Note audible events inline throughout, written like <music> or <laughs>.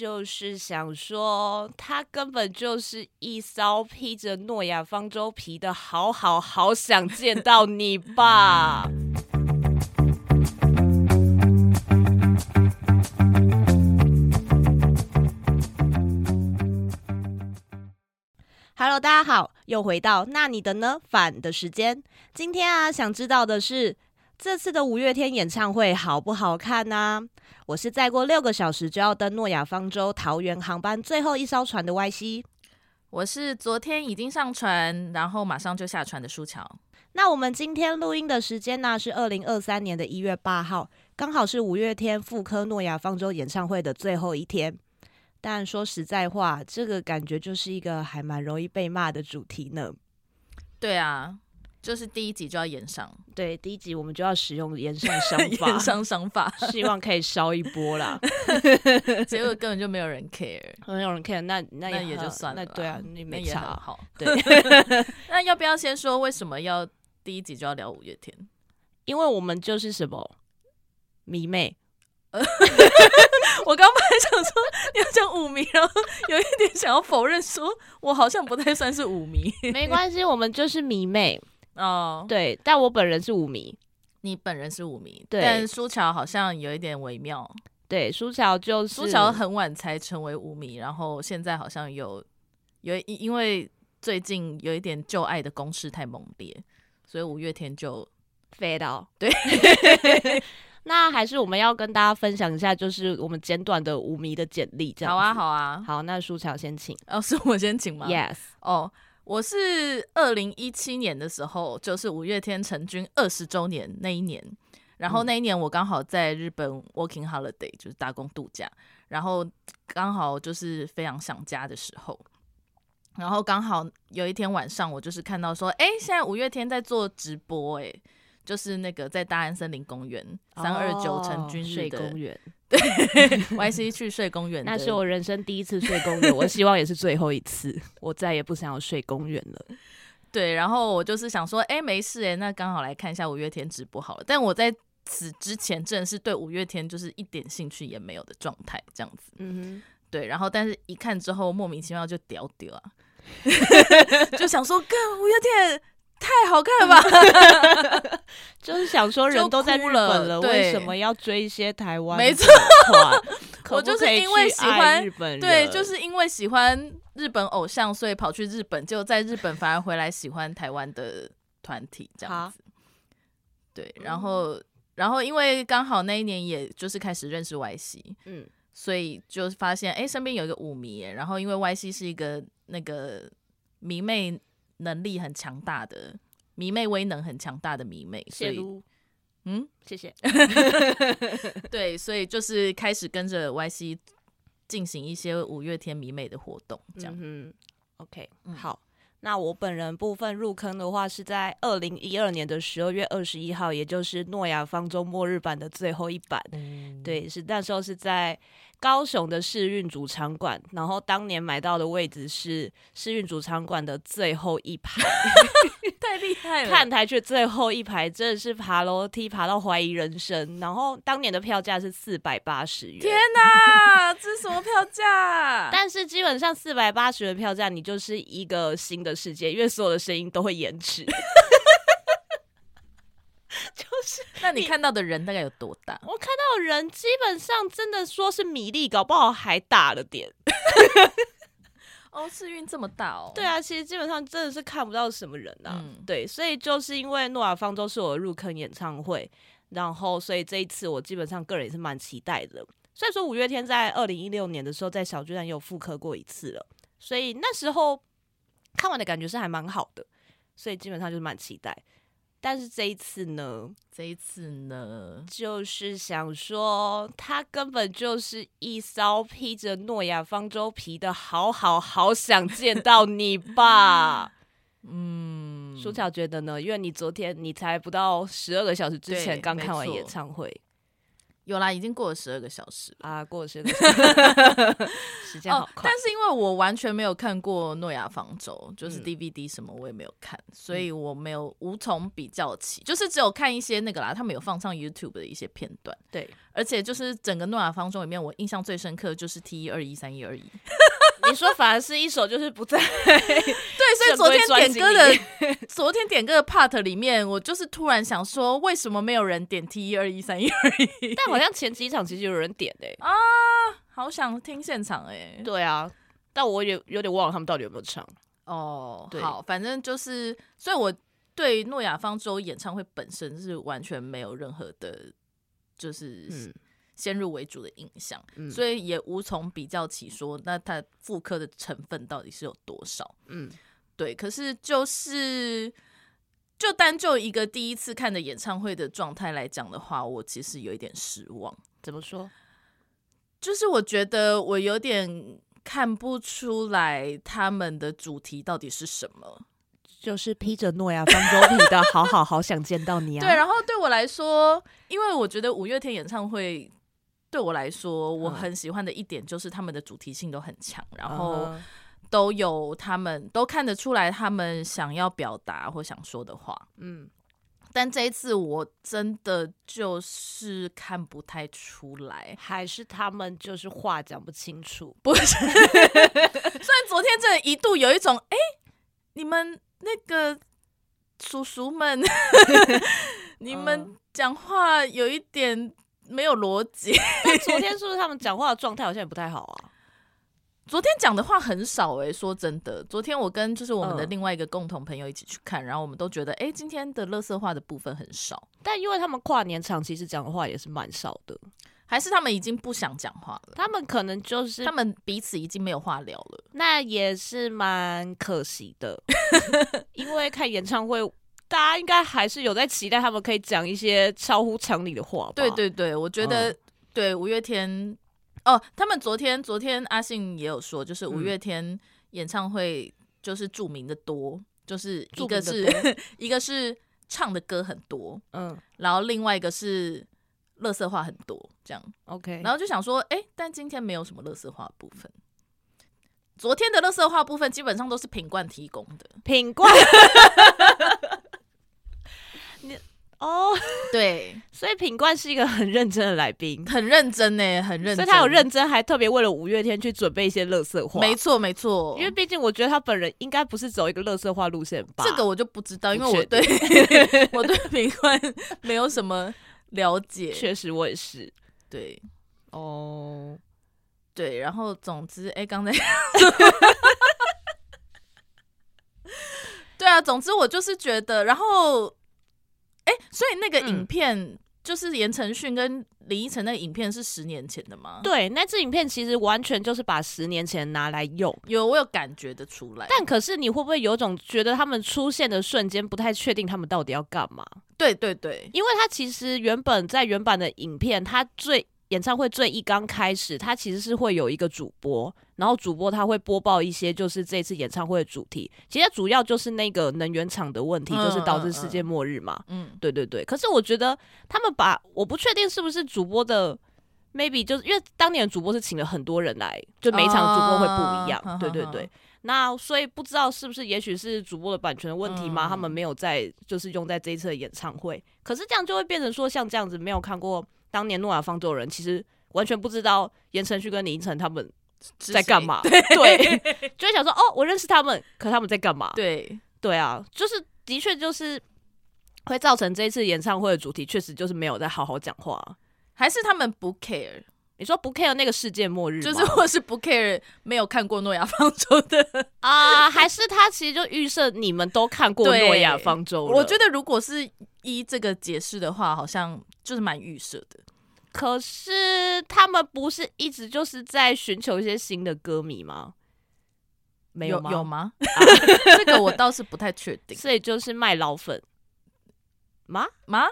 就是想说，他根本就是一艘披着诺亚方舟皮的，好好好想见到你吧。Hello，大家好，又回到那你的呢反的时间。今天啊，想知道的是这次的五月天演唱会好不好看啊呢、我是再过六个小时就要登诺亚方舟桃园航班最后一艘船的 Y C。我是昨天已经上船，然后马上就下船的舒乔。那我们今天录音的时间呢、是二零二三年的一月八号，刚好是五月天复刻诺亚方舟演唱会的最后一天。但说实在话，这个感觉就是一个还蛮容易被骂的主题呢。对啊，就是第一集就要 <laughs> 演上，对，第一集我们就要使用延 <laughs> 上商演法，上商法，希望可以烧一波啦。结果根本就没有人 care， <laughs> 没有人 care，那那那也好就算了那啦，对啊，你那没也很 <laughs> 差。好。对，那要不要先说为什么要第一集就要聊五月天？因为我们就是什么迷妹，我刚本来想说你要讲舞迷，然后有一点想要否认，说我好像不太算是舞迷 <laughs> 没关系，我们就是迷妹。哦。对，但我本人是舞迷。你本人是舞迷，对但舒乔好像有一点微妙。对，苏乔就是苏乔很晚才成为舞迷，然后现在好像有有因因为最近有一点旧爱的攻势太猛烈，所以五月天就飞到对。 <laughs> 那还是我们要跟大家分享一下，就是我们简短的舞迷的简历，这样好啊子好啊，好，那苏乔先请。哦是我先请吗 Yes，哦，我是二零一七年的时候，就是五月天成军二十周年那一年，然嗯后那一年我刚好在日本 working holiday，就是打工度假，然后刚好就是非常想家的时候。然后刚好有一天晚上，我就是看到说，哎，现在五月天在做直播，哎，就是那个在大安森林公园三二九成军哦睡日的公园， YC 去睡公园的， <laughs> 那是我人生第一次睡公 <laughs> 园，我希望也是最后一次，我再也不想要睡公园了。对，然后我就是想说，哎，没事哎，那刚好来看一下五月天直播好了。但我在此之前真的是对五月天就是一点兴趣也没有的状态，这样子。嗯对，然后但是一看之后，莫名其妙就屌屌啊， <laughs> 就想说，干五月天太好看了吧？哼，就是想说人都在日就哭本了了，对为什么要追一些台湾？没错， <laughs> 可我就不是可以因为去喜爱欢日本人， <laughs> 对，就是因为喜欢日本偶像，所以跑去日本，结果在日本反而回来喜欢台湾的团体这样子。对，然后、然后因为刚好那一年也就是开始认识 Y C，嗯，所以就发现哎、诶身边有一个舞迷耶，然后因为 Y C 是一个那个迷妹能力很强大的迷妹威能很强大的迷妹，所谢以撸，嗯，谢谢。对，所以就是开始跟着 Y C 进行一些五月天迷妹的活动，这样。嗯哼，OK，嗯好。那我本人部分入坑的话，是在二零一二年的十二月二十一号，也就是诺亚方舟末日版的最后一版。嗯对，是那时候是在高雄的世运主场馆，然后当年买到的位置是世运主场馆的最后一排， <laughs> 太厉害看台去最后一排，真的是爬楼梯爬到怀疑人生。然后当年的票价是四百八十元，天哪，这是什么票价？但是基本上四百八十的票价，你就是一个新的世界，因为所有的声音都会延迟。 <laughs> 那你看到的人大概有多大？我看到人基本上真的说是米粒，搞不好还大了点。哦，世运这么大哦。对，啊，其实基本上真的是看不到什么人啊。嗯对，所以就是因为诺亚方舟是我的入坑演唱会，然后所以这一次我基本上个人也是蛮期待的。虽然说五月天在二零一六年的时候在小巨蛋也有复刻过一次了，所以那时候看完的感觉是还蛮好的，所以基本上就是蛮期待。但是这一次呢，这一次呢，就是想说，他根本就是一艘披着诺亚方舟皮的，好好好想见到你吧。 <laughs> 嗯，舒乔觉得呢？因为你昨天你才不到十二个小时之对前刚没看完错演唱 <laughs> 会有啦，已经过了十二个小时了。 <laughs> 啊，过了十个小时，时间好哦，快但。是因为我完完全没有看过诺亚方舟，就是嗯 DVD 什么我也没有看，所以我没有无从比较起，就是只有看一些那个啦，他们有放上 YouTube 的一些片段，对，而且就是整个诺亚方舟里面，我印象最深刻就是 T 一二一三一二一，你说反而是一首就是不在 <laughs> 对，所以正昨规天专点辑歌里的 <laughs> 昨天点歌的 part 里面，我就是突然想说，为什么没有人点 T 一二一三一二一？但好像前几场其实有人点诶、啊好想听现场哎、对啊，但我也有点忘了他们到底有没有唱。哦对，好，反正就是，所以我对诺亚方舟演唱会本身是完全没有任何的，就是嗯先入为主的印象，嗯所以也无从比较起说，那它复刻的成分到底是有多少？嗯，对，可是就是就单就一个第一次看的演唱会的状态来讲的话，我其实有一点失望。怎么说？就是我觉得我有点看不出来他们的主题到底是什么。就是披着诺亚方舟皮 <laughs> 的，好好好想见到你啊！对，然后对我来说，因为我觉得五月天演唱会。对我来说，我嗯很喜欢的一点就是他们的主题性都很强，然后嗯都有他们都看得出来他们想要表达或想说的话。嗯，但这一次我真的就是看不太出来。还是他们就是话讲不清楚，虽然昨天真的一度有一种，哎、你们那个叔叔们， <laughs> 你们嗯讲话有一点没有逻辑。但昨天是不是他们讲话的状态好像也不太好啊？昨天讲的话很少哎、说真的，昨天我跟就是我们的嗯另外一个共同朋友一起去看，然后我们都觉得，哎、今天的乐色话的部分很少，但因为他们跨年场其实讲的话也是蛮少的，还是他们已经不想讲话了，他们可能就是他们彼此已经没有话聊了。那也是蛮可惜 <laughs> 的，因为看演唱会，大家应该还是有在期待他们可以讲一些超乎常理的话吧？对，对对，我觉得、嗯对五月天哦，他们昨天昨天阿信也有说，就是五嗯月天演唱会就是著名的多，就是一著个名的是 <laughs> 一个是唱的歌很多，嗯然后另外一个是。乐色话很多，这样， ，OK，然后就想说，哎、但今天没有什么乐色话的部分。昨天的乐色话部分基本上都是品冠提供的，品冠， <laughs> 你哦，对，所以品冠是一个很认真的来宾，很认真呢、很认所真，以他有认真，还特别为了五月天去准备一些乐色话，没错没错，因为毕竟我觉得他本人应该不是走一个乐色化路线吧？这个我就不知道，因为不我确对我对 <laughs> 品冠没有什么了解。确实我也是对哦。对，然后总之，哎、<laughs> 刚才对啊，总之我就是觉得，然后哎、所以那个影嗯片、就是言承旭跟林依晨那个影片是十年前的吗？，对，那支影片其实完全就是把十年前拿来用。有我有感觉得出来，但可是你会不会有种觉得他们出现的瞬间不太确定他们到底要干嘛？对对对，因为他其实原本在原版的影片，他最演唱会最一刚开始，他其实是会有一个主播，然后主播他会播报一些就是这次演唱会的主题，其实主要就是那个能源厂的问题，就是导致世界末日嘛。嗯，对对对，可是我觉得他们把我不确定是不是主播的，maybe 就是因为当年的主播是请了很多人来，就每一场主播会不一样，哦对对哼哼对哼。那所以不知道是不是，也许是主播的版权问题嘛，嗯他们没有在就是用在这一次的演唱会。可是这样就会变成说，像这样子没有看过当年诺亚方舟的人，其实完全不知道言承旭跟林依晨他们是在干谁？嘛，对， <laughs> 就会想说哦，我认识他们，可他们在干嘛？对，对啊，就是的确就是会造成这一次演唱会的主题确实就是没有在好好讲话。啊还是他们不 care，你说不 care 那个世界末日吗，就是或是不 care 没有看过诺亚方舟 <laughs> 的啊、还是他其实就预设你们都看过对诺亚方舟了我觉得如果是依这个解释的话，好像就是蛮预设的。可是他们不是一直就是在寻求一些新的歌迷吗？没有吗？有吗？ <laughs> 这个我倒是不太确定。所以就是卖老粉吗？吗？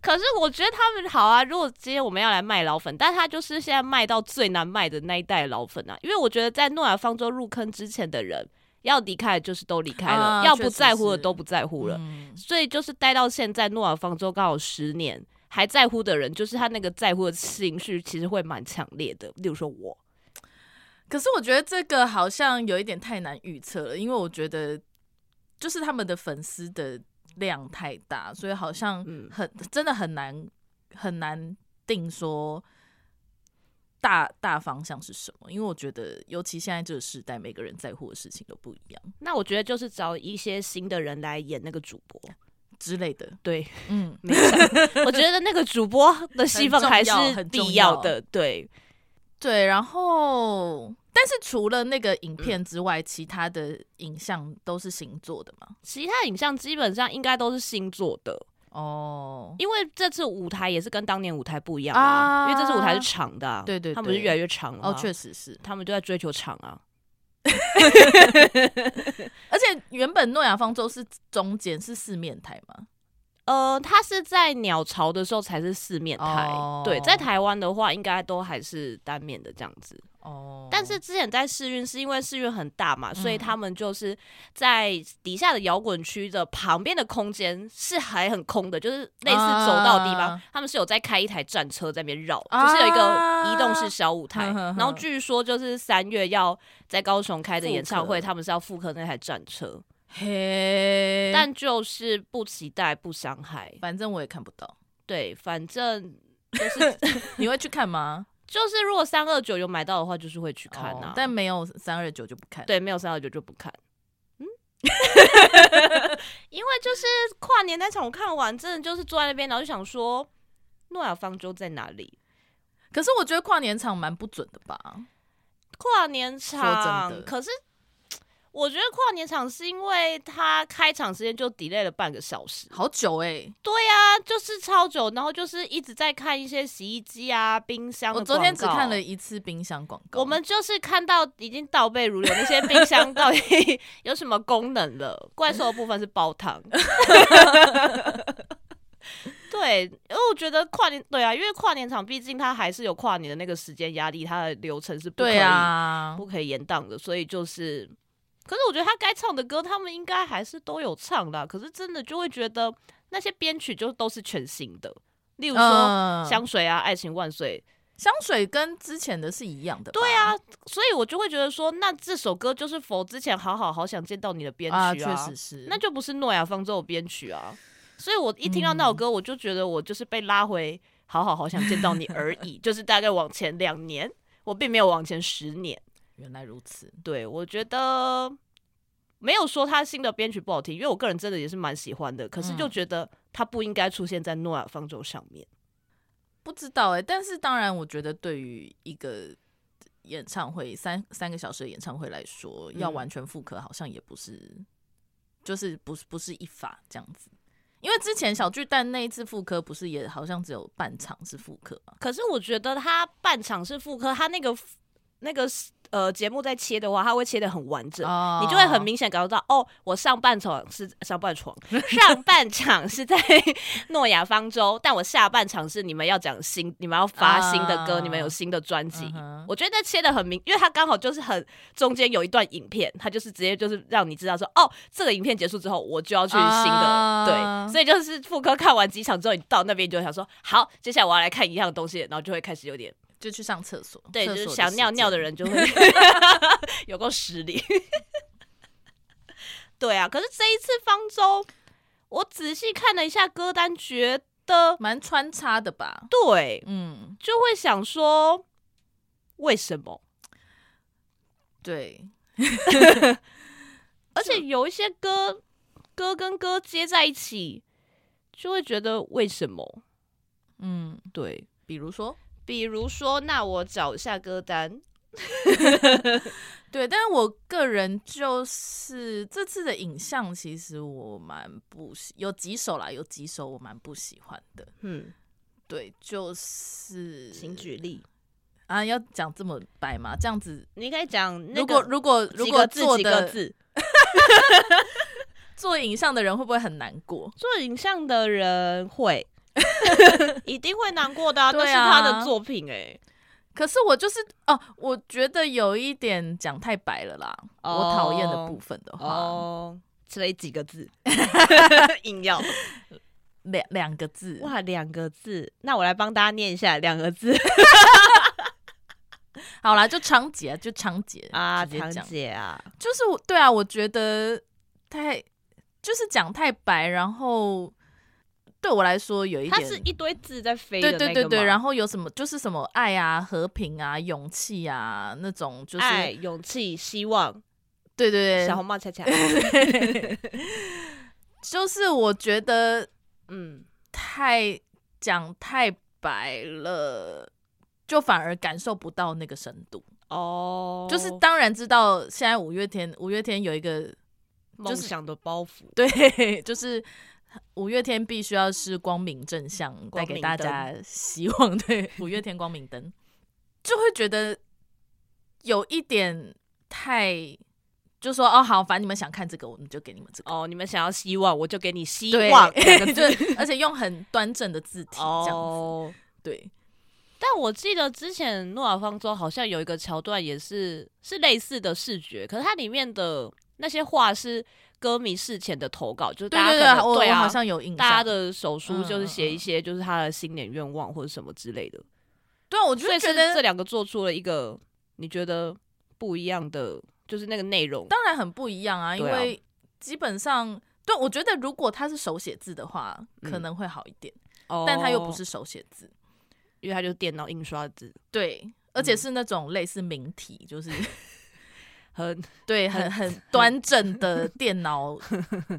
可是我觉得他们好啊，如果今天我们要来卖老粉，但他就是现在卖到最难卖的那一代老粉啊，因为我觉得在诺亚方舟入坑之前的人，要离开的就是都离开了，啊要确不实在乎的是都不在乎了，嗯所以就是待到现在诺亚方舟刚好十年，还在乎的人，就是他那个在乎的情绪其实会蛮强烈的，例如说我，可是我觉得这个好像有一点太难预测了，因为我觉得就是他们的粉丝的量太大，所以好像嗯很、真的很难很难定说大大方向是什么。因为我觉得，尤其现在这个时代，每个人在乎的事情都不一样那我觉得就是找一些新的人来演那个主播，之类的。对，嗯，没错，我觉得那个主播 <laughs> 的戏份还是很重要必要的，对，对，然后但是除了那个影嗯片之外，其他的影像都是星座的嘛？其他影像基本上应该都是星座的，哦，因为这次舞台也是跟当年舞台不一样啊，啊因为这次舞台是长的、啊，对对他们是对越来越长了嘛，哦，确实是，他们就在追求长啊，而且原本诺亚方舟是中间是四面台嘛？呃，它是在鸟巢的时候才是四面台，哦对，在台湾的话应该都还是单面的这样子。哦，但是之前在试运是因为试运很大嘛，所以嗯他们就是在底下的摇滚区的旁边的空间是还很空的，就是类似走道的地方，啊他们是有在开一台战车在那边绕，啊就是有一个移动式小舞台。哼哼哼然后据说就是三月要在高雄开的演唱复会，刻他们是要复刻那台战车，嘿，但就是不期待不伤害。反正我也看不到，对，反正就是你会去看吗？就是如果三二九有买到的话，就是会去 <laughs> 看啊。哦但没有三二九就不看。，对，没有三二九就不看。嗯， <laughs> 因为就是跨年那场我看完，真的就是坐在那边，然后就想说诺亚方舟在哪里？可是我觉得跨年场蛮不准的吧？跨年说真场，的可是我觉得跨年场是因为它开场时间就 delay 了半个小时，好久哎、欸它就是超久，然后就是一直在看一些洗衣机啊、冰箱的我昨天只广告欸看了一次冰箱广告。我们就是看到已经倒背如流，那些冰箱到底 <laughs> 有什么功能了？怪兽的部分是煲汤。 <laughs> 对，因为我觉得跨年对啊，因为跨年场毕竟它还是有跨年的那个时间压力，它的流程是不可以对啊，不可以延宕的，所以就是，可是我觉得他该唱的歌，他们应该还是都有唱啦。可是真的就会觉得那些编曲就都是全新的，例如说嗯《香水》啊，《爱情万岁》香水跟之前的是一样的吧，对啊，所以我就会觉得说，那这首歌就是否之前好好好想见到你的编曲啊，确实是。那就不是诺亚方舟的编曲啊。所以我一听到嗯那首歌，我就觉得我就是被拉回好好好想见到你而已，就是大概往前两年，我并没有往前十年。原来如此，对我觉得没有说他新的编曲不好听，因为我个人真的也是蛮喜欢的，可是就嗯觉得他不应该出现在诺亚方舟上面。不知道哎、但是当然，我觉得对于一个演唱会三三个小时的演唱会来说，嗯要完全复刻好像也不是，就是不是不是一法这样子。因为之前小巨蛋那一次复刻，不是也好像只有半场是复刻嘛？可是我觉得他半场是复刻，他那个那个呃节目在切的话，他会切的很完整。哦你就会很明显感受到，哦，我上半场是上半场，上半场 <laughs> 是在诺亚方舟，但我下半场是你们要讲新，你们要发新的歌，啊你们有新的专辑嗯。哼我觉得切的很明，因为他刚好就是很中间有一段影片，他就是直接就是让你知道说，哦，这个影片结束之后，我就要去新的，啊对，所以就是副科看完几场之后，你到那边你就会想说，好，接下来我要来看一样的东西，然后就会开始有点就去上厕所，对，厕就所是的想时尿尿的间人就会 <laughs> 有够失礼。对啊，可是这一次方舟，我仔细看了一下歌单，觉得蛮穿插的吧？对，嗯，就会想说为什么？对，而且有一些歌歌跟歌接在一起，就会觉得为什么？嗯，对，比如说，比如说，那我找一下歌单，对，但是我个人就是这次的影像，其实我蛮不喜，有几首啦，有几首我蛮不喜欢的。嗯，对，就是请举例，啊，要讲这么白吗？这样子，呃你可以讲那如果个如果如几果个字做几个的字。做影像的人会不会很难过？做影像的人 <laughs> 会，一定会难过的、啊，那对是啊他的作品哎、可是我就是哦，我觉得有一点讲太白了啦，我讨厌的部分的话，哦，所以几个 <laughs> 字，硬要两两、个字，哇，两个字，那我来帮大家念一下两个字，好啦，就长姐，就长姐啊，直接堂讲姐啊，就是我对啊，我觉得太就是讲太白，然后对我来说有一它点是一堆字在飞的对那个对对对，后然后有什么就是什么爱啊、和平啊、勇气啊那种，就是嗯爱、勇气、希望，对对对，小红帽 <laughs> 恰恰，就是我觉得嗯，太讲太白了，就反而感受不到那个深度。哦，就是当然知道现在五月天，五月天有一个梦是想的包袱，对， <laughs> 就是五月天必须要是光明正向，带光给明大家希望。 <laughs> 对，五月天光明灯，就会觉得有一点太，就说哦好，反正你们想看这个，我们就给你们这个。哦，你们想要希望，我就给你希对望两 <laughs> <laughs> 个字，就而且用很端正的字体这样子，哦。对，但我记得之前诺亚方舟好像有一个桥段，也是是类似的视觉，可是它里面的那些话是歌迷事前的投稿，就是对大家可对对，能我对我啊，好像有印象。大家的手书嗯就是写嗯一嗯些就是他的新年愿望或者什么之类的，对啊，我就所以觉是得这两个做出了一个你觉得不一样的，就是那个内容。当然很不一样啊，因对啊为基本上，对我觉得如果他是手写字的话，可嗯能会好一点，哦但他又不，是手写字，因为它就是电脑印刷字，对，而且嗯是那种类似明体，就是 <laughs> 很对 <laughs> 很很端正的电脑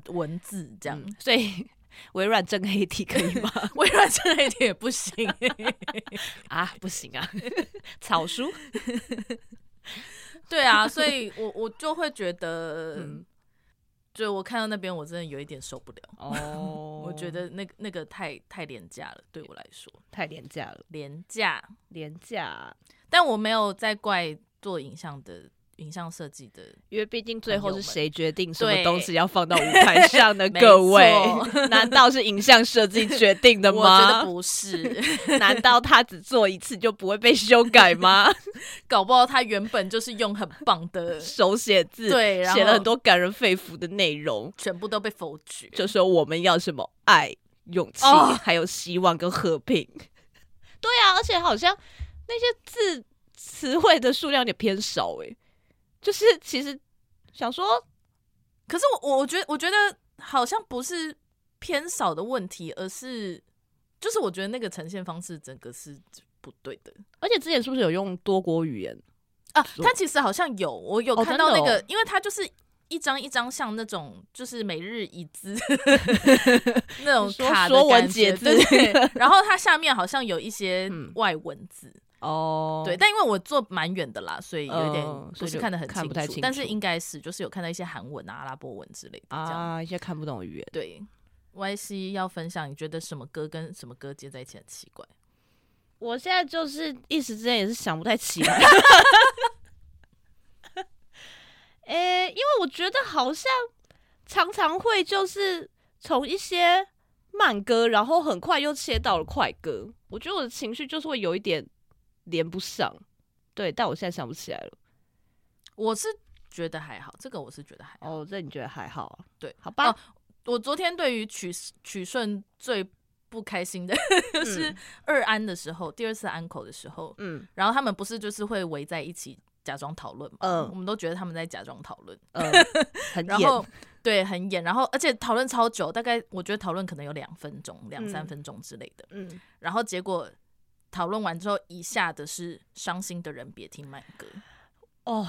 文字这样。嗯所 <laughs> 以微软正黑体可以吗？微软这类的也不行， <laughs> <laughs> 啊，不行 <laughs> 啊，草书。对啊，所以我我就会觉得，嗯就我看到那边我真的有一点受不了， <laughs> 哦我觉得那个那个太太廉价了，对我来说太廉价了，廉价。廉价。但我没有在怪做影像的影像设计的，因为毕竟最后是谁决定什么对东西要放到舞台上 <laughs> 的没各位错，难道是影像设计决定 <laughs> 的我觉得吗？不是， <laughs> 难道他只做一次就不会被修改吗？搞不好他原本就是用很棒的，手写字，对然后写了很多感人肺腑的内容，全部都被否决。就说我们要什么爱、勇气，哦还有希望跟和平。对啊，而且好像那些字词汇的数量有点偏少诶、就是其实想说，可是我我我觉得我觉得好像不是偏少的问题，而是就是我觉得那个呈现方式整个是不对的而且之前是不是有用多国语言？啊。是他其实好像有，我有哦看到那真的个，哦因为他就是。一张一张像那种就是每日一 <laughs> 字那种你说卡的说文感解觉字对对对然后它下面好像有一些嗯外文字，哦对，但因为我坐蛮远的啦，所以有一点嗯不所以是就看得很看清不楚，太清但是楚应该是就是有看到一些韩文啊、阿拉伯文之类的这样。啊，一些看不懂的语言。对，Y C 要分享，你觉得什么歌跟什么歌接在一起很奇怪？我现在就是一时之间也是想不太起来。 <laughs> 诶、因为我觉得好像常常会就是从一些慢歌，然后很快又切到了快歌，我觉得我的情绪就是会有一点连不上。对，但我现在想不起来了。我是觉得还好，这个我是觉得还好。哦，这你觉得还好啊？对，好吧。哦我昨天对于曲曲顺最不开心的 <laughs> 就是二安的时候，第二次安口的时候，嗯然后他们不是就是会围在一起假装讨论嘛？嗯我们都觉得他们在假装讨论，嗯，很然演后对很演，然后而且讨论超久，大概我觉得讨论可能有两分钟、两三嗯分钟之类的。嗯，然后结果讨论完之后，以下的是伤心的人别听慢歌，哦，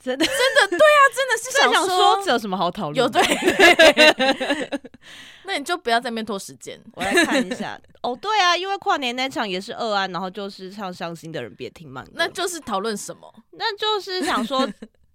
真的，他真的是真的想说说这有什么好讨论？有对，对 <laughs> 那你就不要在那边拖时间。我来看一下。 <laughs> 哦，对啊，因为跨年那场也是二啊安，然后就是唱伤心的人别听慢歌，那就是讨论什么？那就是想 <laughs> 说，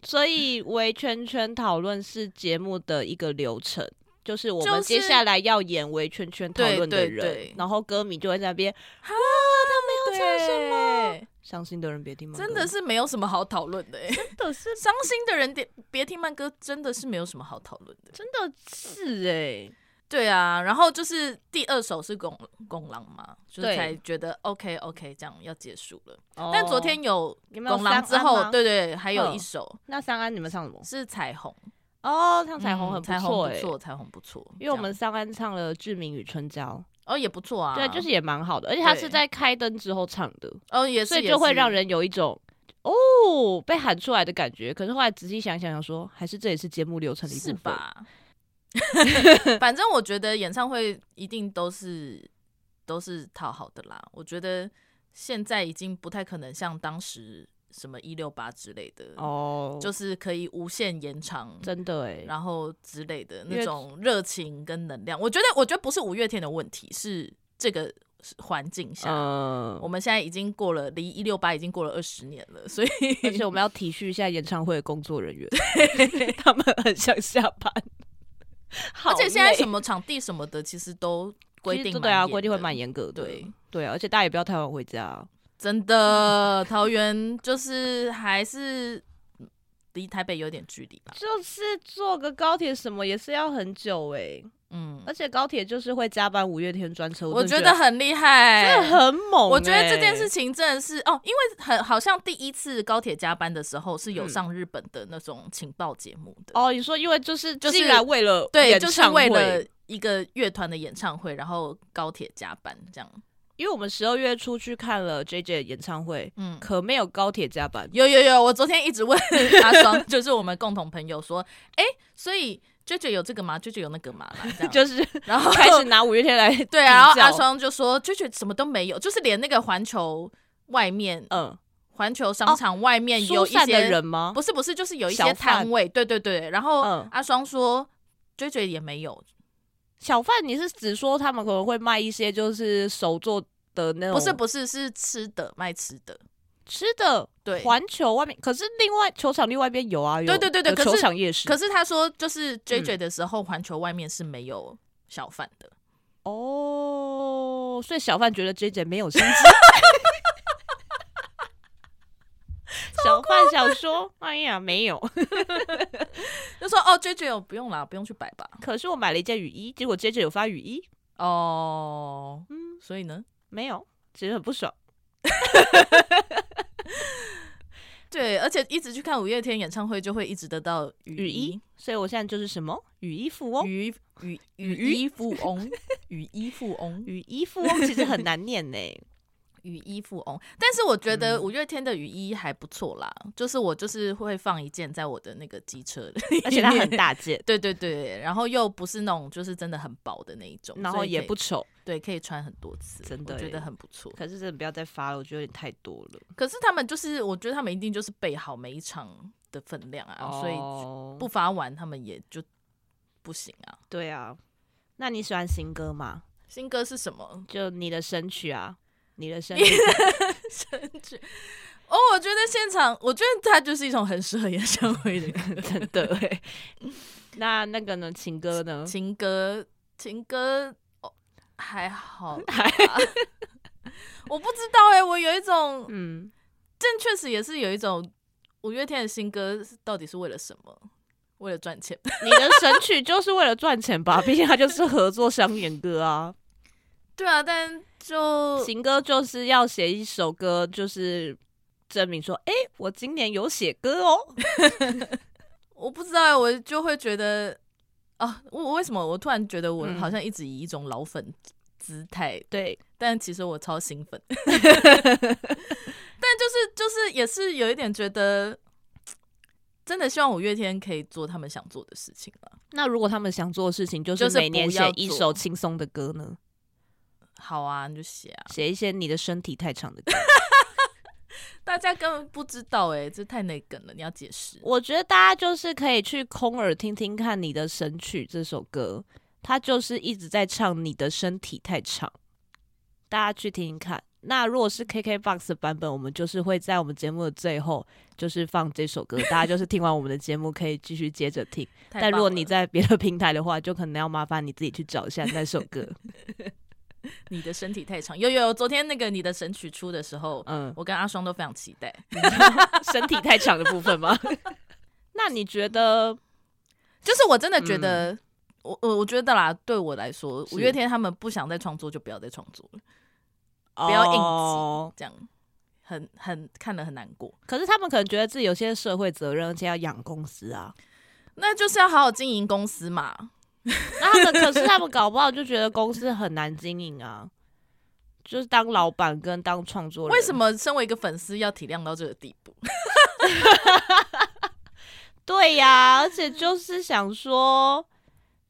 所以围圈圈讨论是节目的一个流程。就是我就们是接下来要演围圈圈讨对论的对人，对然后歌迷就会在那边要唱什么？伤心的人别听慢歌，真的是没有什么好讨论的、欸，真的是伤心的人别别听慢歌，真的是没有什么好讨论的。真的是哎、对啊，然后就是第二首是拱拱狼嘛，就是对才觉得 OK OK，这样要结束了。哦但昨天有你们有拱狼三之安后，吗对对，还有一嗯首那三安你们唱什么？是彩虹，哦，唱彩虹嗯很彩错虹哎、不错，彩虹不错，因为我们这样三安唱了《志明与春娇》哦也不错啊，对，就是也蛮好的，而且它对是在开灯之后唱的。哦也是，所以也就会是让人有一种哦，被喊出来的感觉。可是后来仔细想想，想说还是这也是节目流程的一部是分？ <laughs> 吧？反正我觉得演唱会一定都是都是讨好的啦。我觉得现在已经不太可能像当时什么一六八之类的，哦，就是可以无限延长，真的哎、然后之类的因那为种热情跟能量。我觉得，我觉得不是五月天的问题，是这个环境下。嗯我，们现在已经过了，离一六八已经过了二十年了，所以而且我们要体恤一下演唱会的工作人 <laughs> 员，他们很想下班，而且现在什么么场地什么的，其实都规定对啊，严规定会的蛮严格的，对对啊，而且大家也不要太晚回家，真嗯的，桃园就是还是离台北有点距离吧。就是坐个高铁什么也是要很久哎、嗯，而且高铁就是会加班五月天专车，我真的觉得很厉害，真的很猛欸、欸我觉得这件事情真的是哦，因为很好像第一次高铁加班的时候是有上日本的那种情报节目的，嗯哦，你说因为就是就是竟然为了对，演就是唱为会了一个乐团的演唱会，然后高铁加班这样。因为我们十二月初去看了 J J 的演唱会，嗯，可没有高铁加班。有有有，我昨天一直问阿双，就是我们共同朋友说，哎、所以 j j 有这个吗 j j 有那个吗？啦这 <laughs> <laughs> 样，就是然后开始拿五月天来对啊，然后比较阿双就说 j j 什么都没有，就是连那个环球外面、呃嗯，环球商场外面有疏一散些的人吗？不是不是，就是有一小些贩摊位，对对对。然后嗯阿双说，追追也没有，小贩，你是只说他们可能会卖一些就是手做的那种，不是不是是吃的卖吃的，吃的。对。环球外面，可是另外球场另外一边有啊，有对对对对有可是球场夜市。可是他说，就是追嗯追的时候，环球外面是没有小贩的。哦，所以小贩觉得 J J 没有心 <laughs> 机。小贩想说：“哎呀，没有。 <laughs> 就说哦，追追有不用啦，不用去摆吧。”可是我买了一件雨衣，结果 J J 有发雨衣，哦，嗯，所以呢，没有，其实很不爽。对，而且一直去看五月天演唱会，就会一直得到雨雨衣嗯衣、，所以我现在就是什么雨衣富翁，雨雨雨雨衣富翁、雨衣富 <laughs> 翁、雨衣富翁其实很难念呢、 <laughs> 雨衣富翁，但是我觉得嗯五月天的雨衣还不错啦，就是我就是会放一件在我的那个机车里，而且它很，大 <laughs> 件， <laughs> 对对对，然后又不是那种就是真的很薄的那一种，然所后以也可以不丑。对，可以穿很多次，真的我觉耶得很不错。可是真的不要再发了，我觉得有点太多了。可是他们就是，我觉得他们一定就是备好每一场的分量啊，所以哦不发完他们也就不行啊。对啊。那你喜欢新歌吗？新歌是什么？就你的神曲啊，你的神曲。哦，我觉得现场，我觉得它就是一种很适合演唱会的歌 <laughs> 真的哎。那那个呢？情歌呢？情歌，情歌哦， <laughs> 还好啦，我不知道哎、我有一种，嗯，但确实也是有一种五月天的新歌是到底是为了什么？为了赚钱？ <laughs> 你的神曲就是为了赚钱吧？ <laughs> 毕竟它就是合作商演歌啊。对啊，但就情歌就是要写一首歌，就是证明说，哎、我今年有写歌 <laughs> 哦。我不知道欸，我就会觉得啊，我我为什么我突然觉得我嗯好像一直以一种老粉姿态，对，但其实我超兴 <laughs> 奋，但就是就是也是有一点觉得。真的希望五月天可以做他们想做的事情了。那如果他们想做的事情，就就是是每年不要写一做首轻松的歌呢，好啊，你就写啊。写一些你的身体太长的歌。大家根本不知道哎、这太那梗了，你要解释。我觉得大家就是可以去空耳听听看《你的神曲》这首歌，它就是一直在唱你的身体太长，大家去听听看。那如果是 KKBOX 的版本，我们就是会在我们节目的最后就是放这首歌，大家就是听完我们的节目可以继续接着听。太但如果棒你了在别的平台的话，就可能要麻烦你自己去找一下那首歌。你的身体太长，有有有，昨天那个你的神曲出的时候，嗯，我跟阿双都非常期待。身体太长的部分吗？ <laughs> 那你觉得就是我真的觉得，我我我觉得啦，对我来说，嗯是五月天他们不想再创作就不要再创作了，不要硬挤哦这样很很看了很难过。可是他们可能觉得自己有些社会责任，而且要养公司啊。那就是要好好经营公司嘛。 <laughs> 那他们可是他们搞不好就觉得公司很难经营啊，就是当老板跟当创作人，为什？么身为一个粉丝要体谅到这个地步？对呀、而且就是想说，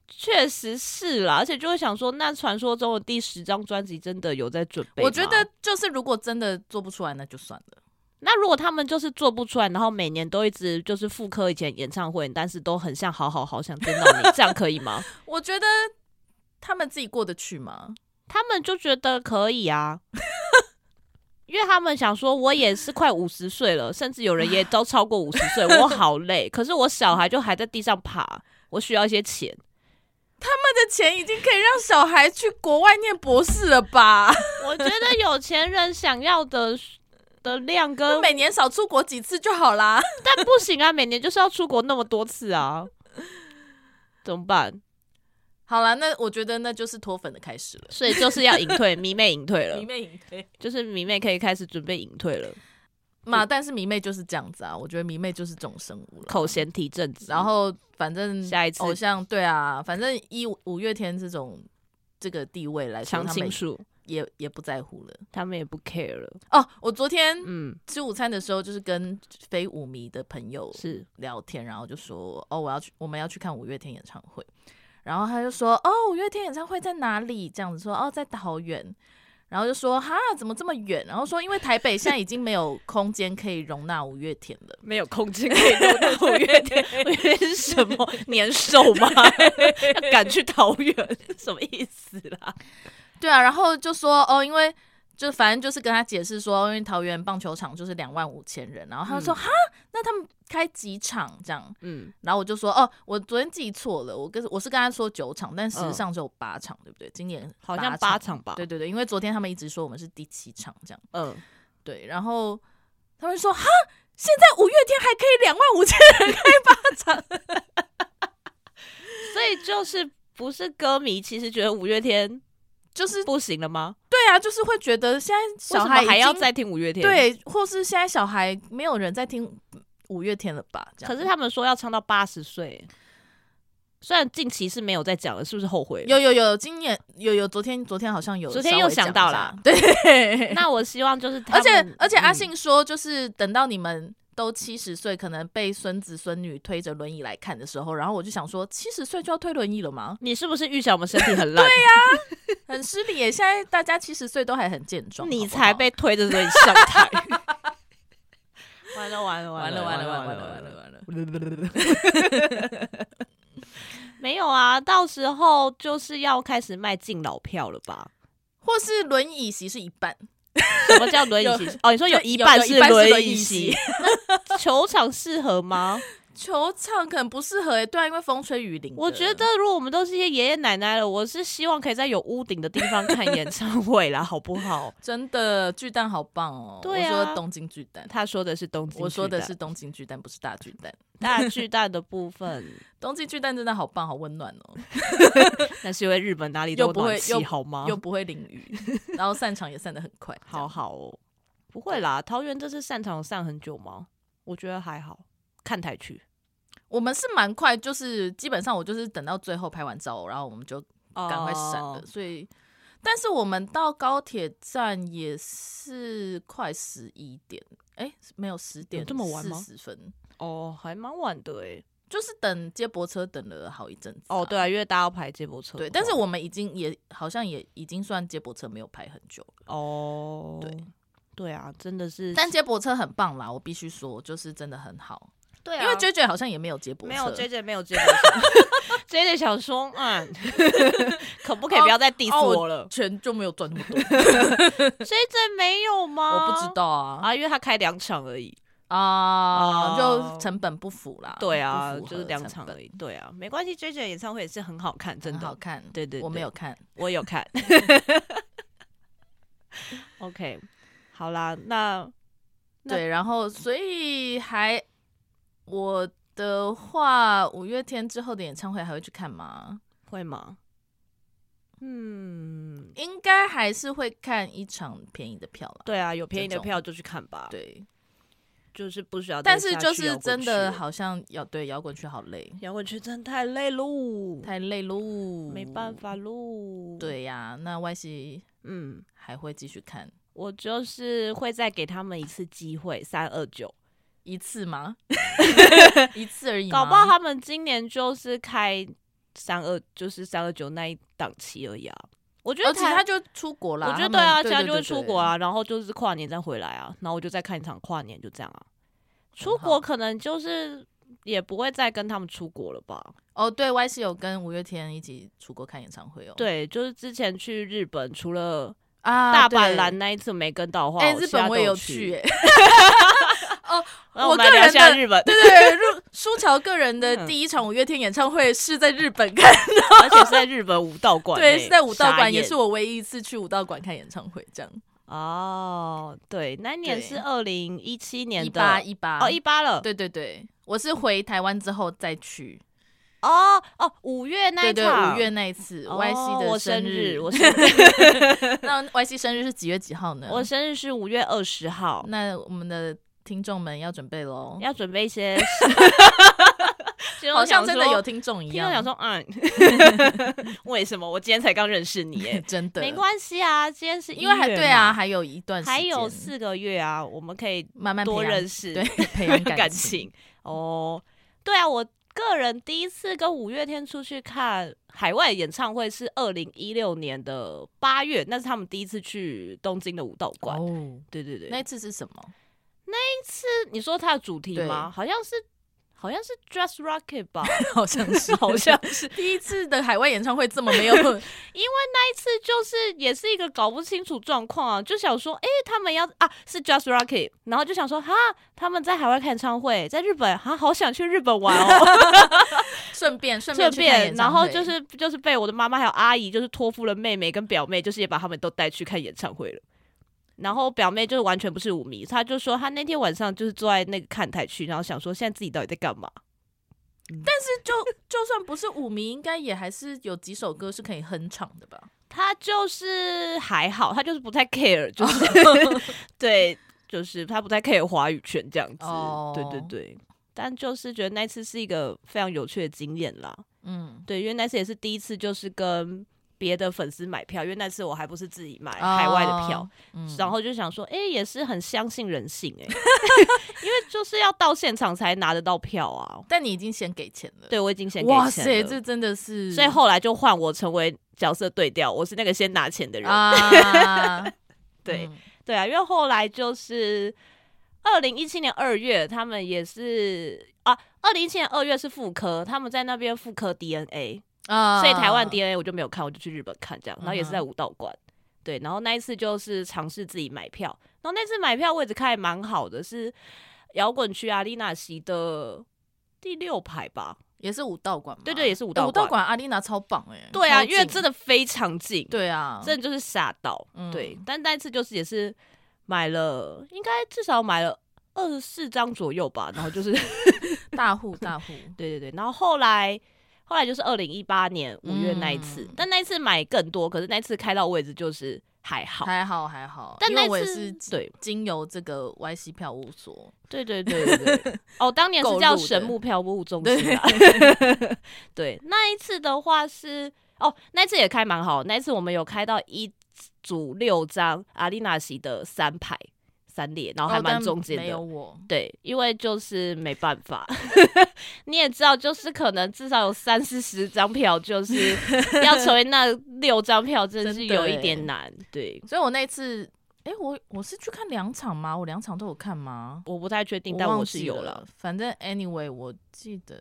确实是啦，而且就会想说，那传说中的第十张专辑真的有在准备吗？我觉得就是如果真的做不出来，那就算了。那如果他们就是做不出来，然后每年都一直就是复刻以前演唱会，但是都很像好好好想见到你，这样可以吗？我觉得他们自己过得去吗？他们就觉得可以啊，因为他们想说，我也是快五十岁了，甚至有人也都超过五十岁，我好累，可是我小孩就还在地上爬，我需要一些钱。他们的钱已经可以让小孩去国外念博士了吧？我觉得有钱人想要的的量跟每年少出国几次就好啦。但不行啊，每年就是要出国那么多次啊，怎么办？好啦，那我觉得那就是脱粉的开始了。所以就是要隐退，迷妹隐退了迷，妹隐退就是迷妹可以开始准备隐退了，嘛，但是迷妹就是这样子啊，我觉得迷妹就是这种生物了。口嫌体正直，然后反正下一次偶像对啊，反正一五月天这种这个地位来说，常他青们树，也也不在乎了。他们也不 care 了，哦，我昨天嗯，吃午餐的时候，就是跟非舞迷的朋友是聊天，然后就说哦，我要去，我们要去看五月天演唱会。然后他就说哦，五月天演唱会在哪里？这样子说哦，在桃园。然后就说哈，怎么这么远？然后说因为台北现在已经没有空间可以容纳五月天了。没有空间可以 <laughs> 录到五月天，五月天是什么年兽 <laughs> 吗？要赶去桃园，什么意思啦？对啊，然后就说哦，因为就反正就是跟他解释说，因为桃园棒球场就是两万五千人，然后他就说、嗯哈，那他们开几场这样？嗯，然后我就说哦，我昨天记错了，我跟我是跟他说九场，但实际嗯上只有八场，对不对？今年好像八八场吧对对对，因为昨天他们一直说我们是第七场这样，嗯，对，然后他们说哈，现在五月天还可以两万五千 <laughs> 人开八场，所以就是不是歌迷其实觉得五月天就是不行了吗？对啊，就是会觉得现在为小什孩么已还要经再听五月天？，对，或是现在小孩没有人在听五月天了吧？这样可是他们说要唱到八十岁，虽然近期是没有在讲了，是不是后悔了？有有有，今年有有昨天昨天好像有，昨天又想到啦啦，<laughs> 对。那我希望就是 <laughs> 他而且们而且阿嗯信说，就是等到你们都七十岁，可能被孙子孙女推着轮椅来看的时候，然后我就想说，七十岁就要推轮椅了吗？你是不是预想我们身体很烂？ <laughs> 对呀、啊很失礼耶！现在大家七十岁都还很健壮，你好不才好被推着轮椅上台。 <laughs> 完了完了完了了完完了完完了完了完了了！完了。 <laughs> 没有啊，到时候就是要开始卖敬老票了吧？或是轮椅席是一半，什么叫轮椅席？哦，你说有就一有半有一是半是轮轮椅椅席席， <laughs> 那球场适合吗？球场可能不适合诶，对啊，因为风吹雨淋的。我觉得如果我们都是一些爷爷奶奶了，我是希望可以在有屋顶的地方看演唱会啦，好不好？ <laughs> 真的巨蛋好棒哦！对啊我说东京巨蛋，他说的是东京巨蛋，我说的是东京巨蛋，不是大巨蛋。大巨蛋的部分，东京巨蛋真的好棒，好温暖哦，那是因为日本哪里都有又不会暖气又 <laughs> 好吗？又不会淋雨，然后散场也散得很快。这好样，好哦，不会啦。桃园这次散场有散很久吗？我觉得还好，看台区我们是蛮快，就是基本上我就是等到最后拍完照，然后我们就赶快闪了。哦所以，但是我们到高铁站也是快十一点，哎、没有十点，这么晚吗四十分，哦，还蛮晚的欸诶。就是等接驳车等了好一阵子啊、哦，对啊，因为大家要排接驳车的话。对，但是我们已经也好像也已经算接驳车没有排很久了，哦，对对啊，真的是，但接驳车很棒啦，我必须说，就是真的很好。对啊因为 J J 好像也没有接驳车，没有 J J 没有接驳车 <laughs> ，J J 想说，嗯， <laughs> 可不可以不要再 diss 哦我了钱就没有赚那么 <laughs> 多， ？J J 没有吗？我不知道啊啊，因为他开两场而已。啊，哦就成本不符啦。对啊不，符合就是两场成而已。对啊，没关系，J J 演唱会也是很好看，本真很好的，看。对对对我没有看，我有 <laughs> 看。OK，好啦，那那对，然后所以还我的话，五月天之后的演唱会还会去看吗？会吗？嗯，应该还是会看一场便宜的票啦。对啊，有便宜的这种票就去看吧。对，就是不需要再但下去是摇就滚区了。是真的好像摇对摇滚区好累，摇滚区真的太累喽，太累喽，没办。法喽。，对呀、那 Y C 嗯，还会继续看我就是会再给他们一次机会，三二九，一次 <laughs> 吗？一次而已吗，搞不好他们今年就是开三二，就是三二九那一档期而已啊。我觉而得且台哦他就出国啦。我觉得他们对啊，对其他就会出国。对对对啊，然后就是跨年再回来啊，然后我就再看一场跨年，就这样啊。出好国可能就是也不会再跟他们出国了吧？哦，对，Y C 有跟五月天一起出国看演唱会哦。对，就是之前去日本，除了啊，大对阪蓝那一次没跟到的话，哎、我日其他本都我也有去、去。 <laughs> 哎，那我我们来个聊一人下的日本， <laughs> 对对，入舒乔个人的嗯第一场五月天演唱会是在日 <laughs> 本看，而且是在日本武道馆内，对，是在武道傻馆，也眼是我唯一一次去武道馆看演唱会，这样。哦，对，那年是对二零一七年一的八一八哦一八了，啊对对对，我是回台湾之后再去，哦哦五月那对一对，场五月那一次、哦 Y C 我的生日，我生日那 Y C 生日是几月几号呢？ <laughs> 我生日是五月二十号，那我们的听众们要准备喽，要准备一些。嗯好像真的有听众一听众想样，说，嗯，为什么我今天才刚认识你 <laughs> 耶？真的没关系啊，今天是嗯因为还1月对啊，嘛，还有一段时间，还有四个月啊，我们可以慢慢多培养认识， <laughs> 对培没有养感情。情哦。对啊，我个人第一次跟五月天出去看海外演唱会是二零一六年的八月，那是他们第一次去东京的武道馆。哦，对对对，那那一次是什么？你说它的主题对吗？好像是好像是 Dress Rocket 吧，好像是， <laughs> 好像 <laughs> 是第一次的海外演唱会这么没有 <laughs> 那一次，就是也是一个搞不清楚状况啊，就想说，诶，他们要啊是 Just Rocket，然后就想说，哈，他们在海外开演唱会，在日本，哈，好想去日本玩哦。顺便顺顺去看便，演唱然后会就是就是被我的妈妈还有阿姨，就是托付了妹妹跟表妹，就是也把他们都带去看演唱会了。然后表妹就是完全不是舞迷，她就说她那天晚上就是坐在那个看台区，然后想说现在自己到底在干嘛？是就就算不是舞迷，应该也还是有几首歌是可以哼唱的吧？她就是还好，她就是不太 care，就是 <laughs> 对，就是她不太 care 华语圈这样子。哦对对对，但就是觉得那次是一个非常有趣的经验啦。嗯，对，因为那次也是第一次，就是跟别的粉丝买票，因为那次我还不是自己买海外的票，哦，嗯然后就想说，哎、也是很相信人性哎、 <laughs> 因为就是要到现场才拿得到票啊。但你已经先给钱了，，对，我已经先给哇塞，钱这了，真的是所以后来就换我成为角色对调，我是那个先拿钱的人。啊， <laughs> 对、嗯对啊，因为后来就是二零一七年二月，他们也是啊，二零一七年二月是妇科，他们在那边妇科 DNA，啊，所以台湾 DNA 我就没有看，我就去日本看这样，然后也是在嗯武道馆。对，然后那一次就是尝试自己买票，然后那次买票位置开得蛮好的，是摇滚区啊阿丽纳西的第六排吧？也是武道馆嘛，对对，也是武武道武道馆阿丽娜超棒哎，对啊，超因为近真的非常近，对啊，真的就是吓到。嗯对，但那一次就是也是买了，应该至少买了二十四张左右吧，然后就是 <laughs> 大户大户，对对对，然后后来后来就是二零一八年五月那一次，嗯但那一次买更多，可是那一次开到位置就是还好。还好还好，但因为那我也次是对 <laughs> 经由这个 YC 票务所，对对对对对，哦，当年是叫购入的神木票务中心 <laughs> 啦。对，那一次的话是哦，那一次也开蛮好，那一次我们有开到一组六张阿丽娜西的三排三列，然后还哦蛮但中间没的有。我，对，因为就是没办 <laughs> 法，你也知道，就是可能至少有三四十张票，就是 <laughs> 要成为那六张票，真是真的有一欸点难。对，所以我那次，哎、我我是去看两场吗？我两场都有看吗？我不太确定，我但忘我是记有了，反正 anyway 我记得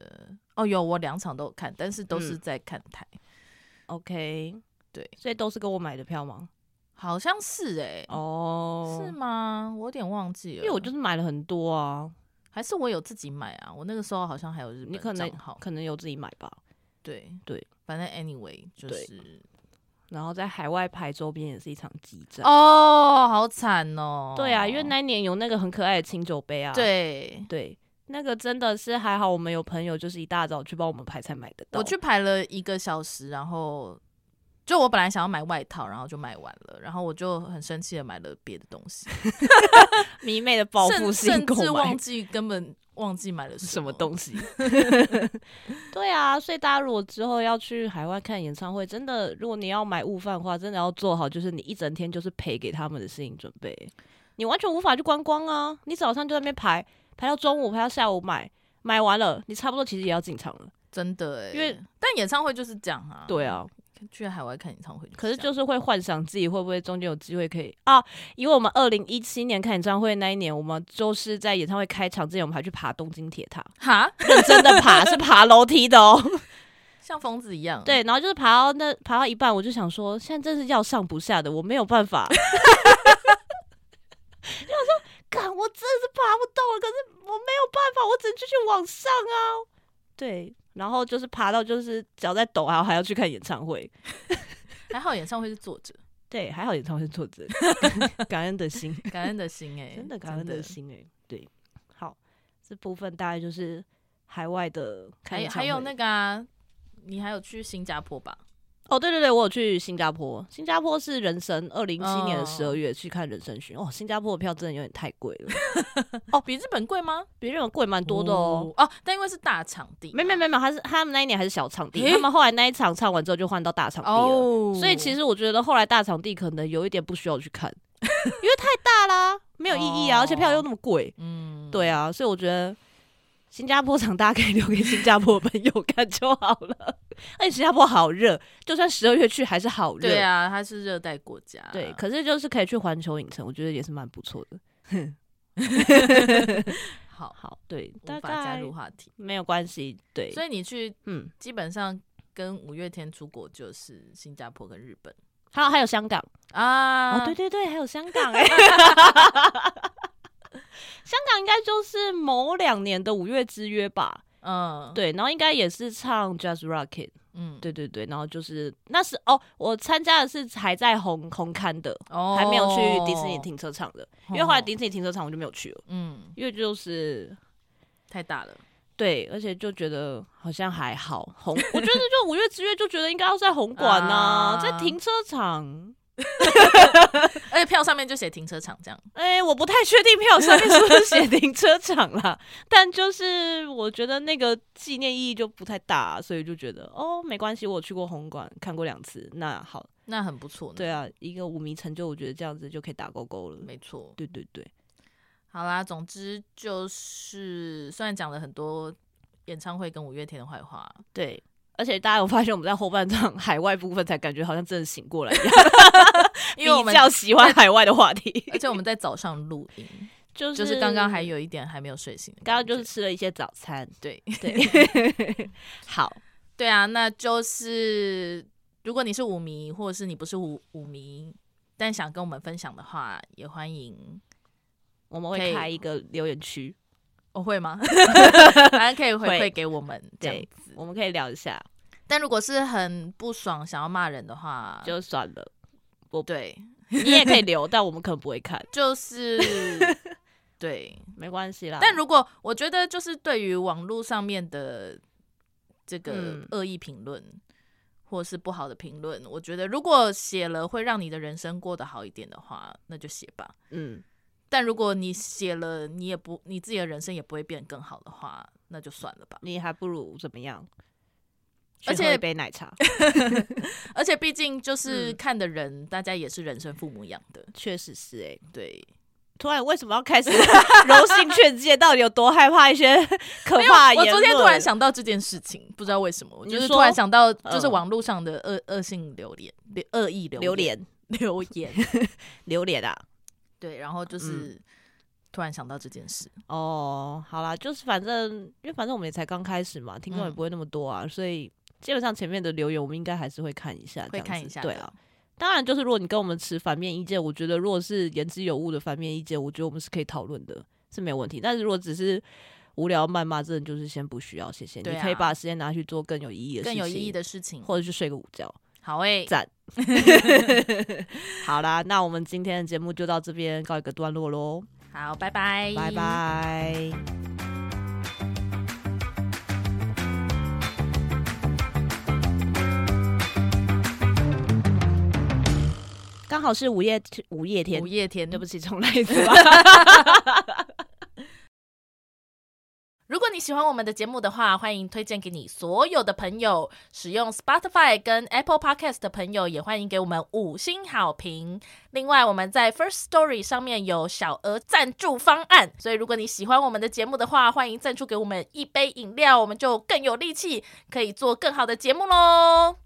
哦，有我两场都有看，但是都是嗯在看台， OK，对，所以都是跟我买的票吗？好像是哎、哦是吗？我有点忘记了，因为我就是买了很多啊，还是我有自己买啊，我那个时候好像还有日你本可能账号，可能有自己买吧。对对，反正 anyway 就对是然后在海外排周边也是一场激战。哦，好惨哦，对啊，因为那一年有那个很可爱的清酒杯啊。对。对，那个真的是还好，我们有朋友就是一大早去帮我们排才买得到。我去排了一个小时，然后就我本来想要买外套，然后就买完了，然后我就很生气的买了别的东西，迷妹的报复甚性甚购至买忘记根本忘记买了什么么东西。 <laughs> 对啊，所以大家如果之后要去海外看演唱会，真的，如果你要买悟饭的话，真的要做好，就是你一整天就是陪给他们的事情准备。你完全无法去观光啊！你早上就在那边排，排到中午，排到下午买，买完了，你差不多其实也要进场了。真的哎、因为但演唱会就是这样啊，对，嗯啊，去海外看演唱会这样，可是就是会幻想自己会不会中间有机会可以啊，因为我们二零一七年看演唱会那一年，我们就是在演唱会开场之前，我们还去爬东京铁 <laughs> 塔，哈， <laughs> 认真的爬，是爬楼梯的哦。像疯子一样，，对，然后就是爬到那爬到一半，我就想说，现在真是要上不下的，我没有办法。 <laughs> 就想说，干，我真的是爬不动了，可是我没有办法，我只能继续往上啊。对，然后就是爬到就是脚在抖，然后还要去看演唱会。还好演唱会是坐着，对，还好演唱会是坐着， <laughs> 感恩的心， <laughs> 感恩的心 <laughs> 哎、真的感恩的，心哎、对，好，这部分大概就是海外的看还演有唱还会。有那个啊，你还有去新加坡吧？哦，对对对，我有去新加坡，新加坡是人生二零一七年的十二月去看人生巡。哦，新加坡的票真的有点太贵了，哦，比日本贵吗？比日本贵蛮多的哦。哦，但因为是大场地，没没没没，他是他们那一年还是小场地，诶他们后来那一场唱完之后就换到大场地了。哦，所以其实我觉得后来大场地可能有一点不需要去看，因为太大啦，没有意义啊，而且票又那么贵。嗯，对啊，所以我觉得新加坡场大家可以留给新加坡的朋友看就好了。 <laughs> 而且新加坡好热，就算十二月去还是好热。对啊，它是热带国家，啊对，可是就是可以去环球影城，我觉得也是蛮不错的。好，好，对，大无法加概入话题，没有关系。对，所以你去嗯，基本上跟五月天出国就是新加坡跟日本还有还有香港啊，哦，对对对，还有 <laughs> 香港哎、香港应该就是某两年的五月之约吧，嗯，，对，然后应该也是唱 Just Rocket，嗯，对对对，然后就是那是哦，我参加的是还在红红刊的，哦，还没有去迪士尼，停车场的，因为后来迪士尼停车场我就没有去了，嗯，因为就是太大了，对，而且就觉得好像还好红，我觉得就五月之月就觉得应该要在红馆呐、啊在停车场。而且票上面就写停车场这样，哎、我不太确定票上面是不是写 <laughs> 停车场啦，但就是我觉得那个纪念意义就不太大，所以就觉得哦没关系，我有去过红馆看过两次，那好，那很不错呢，对，啊，一个五迷成就，我觉得这样子就可以打勾勾了。没错，对对对，好啦，总之就是虽然讲了很多演唱会跟五月天的坏话，对，而且大家有发现我们在后半场 <laughs> 海外部分才感觉好像真的醒过来一样，因为我比们较喜欢海外的话题， <laughs> 而且我们在早上录音，就是就是刚刚还有一点还没有睡醒的刚感刚觉，就是吃了一些早餐，对 <laughs> 对，好，对啊，那就是如果你是舞迷，或者是你不是舞舞迷，但想跟我们分享的话，也欢迎。我们会开一个留言区，我、哦会吗？ <laughs> 反正可以回会馈给我们这样对子。我们可以聊一下，但如果是很不爽，想要骂人的话，就算了，对，你也可以 <laughs> 留，但我们可能不会看，就是 <laughs> 对。没关系啦。 <laughs> 但如果我觉得就是对于网络上面的这个嗯恶意评论。或是不好的评论，我觉得如果写了会让你的人生过得好一点的话，那就写吧。嗯，但如果你写了，你也不你自己的人生也不会变更好的话，那就算了吧。你还不如怎么样？而去且喝一杯奶 <laughs> 茶，而且毕竟就是嗯看的人，大家也是人生父母养的，确实是哎、对，突然为什么要开始 <laughs> 柔性劝诫？到底有多害怕一些 <laughs> 可怕的我言论？昨天突然，想到这件事情，不知道为什么，我你就是说突然想到，就是嗯网络上的恶恶性留言、留恶意留榴言、莲， <laughs> 留言，榴莲啊！对，然后就是突然想到这件事，哦，好啦，就是反正因为反正我们也才刚开始嘛，听众也嗯不会那么多啊，所以基本上前面的留言我们应该还是会看一下，会这样看子一下对的啊。当然，就是如果你跟我们持反面意见，我觉得如果是言之有物的反面意见，我觉得我们是可以讨论的，是没有问题。但是如果只是无聊谩骂，真的就是先不需要，谢谢。对你可以啊把时间拿去做更有意义的事更情，有意义，的事情。或者去睡个午觉。好欸诶、赞 <laughs> <laughs> 好啦，那我们今天的节目就到这边告一个段落喽，好，拜拜，拜拜。刚好是五月五月天五，月天，对对不不起。起，重来一次吧。 <laughs> 如果你喜欢我们的节目的话，欢迎推荐给你所有的朋友。使用 Spotify 跟 Apple Podcast 的朋友，也欢迎给我们五星好评。另外，我们在 First Story 上面有小额赞助方案，所以如果你喜欢我们的节目的话，欢迎赞助给我们一杯饮料，我们就更有力气，可以做更好的节目喽。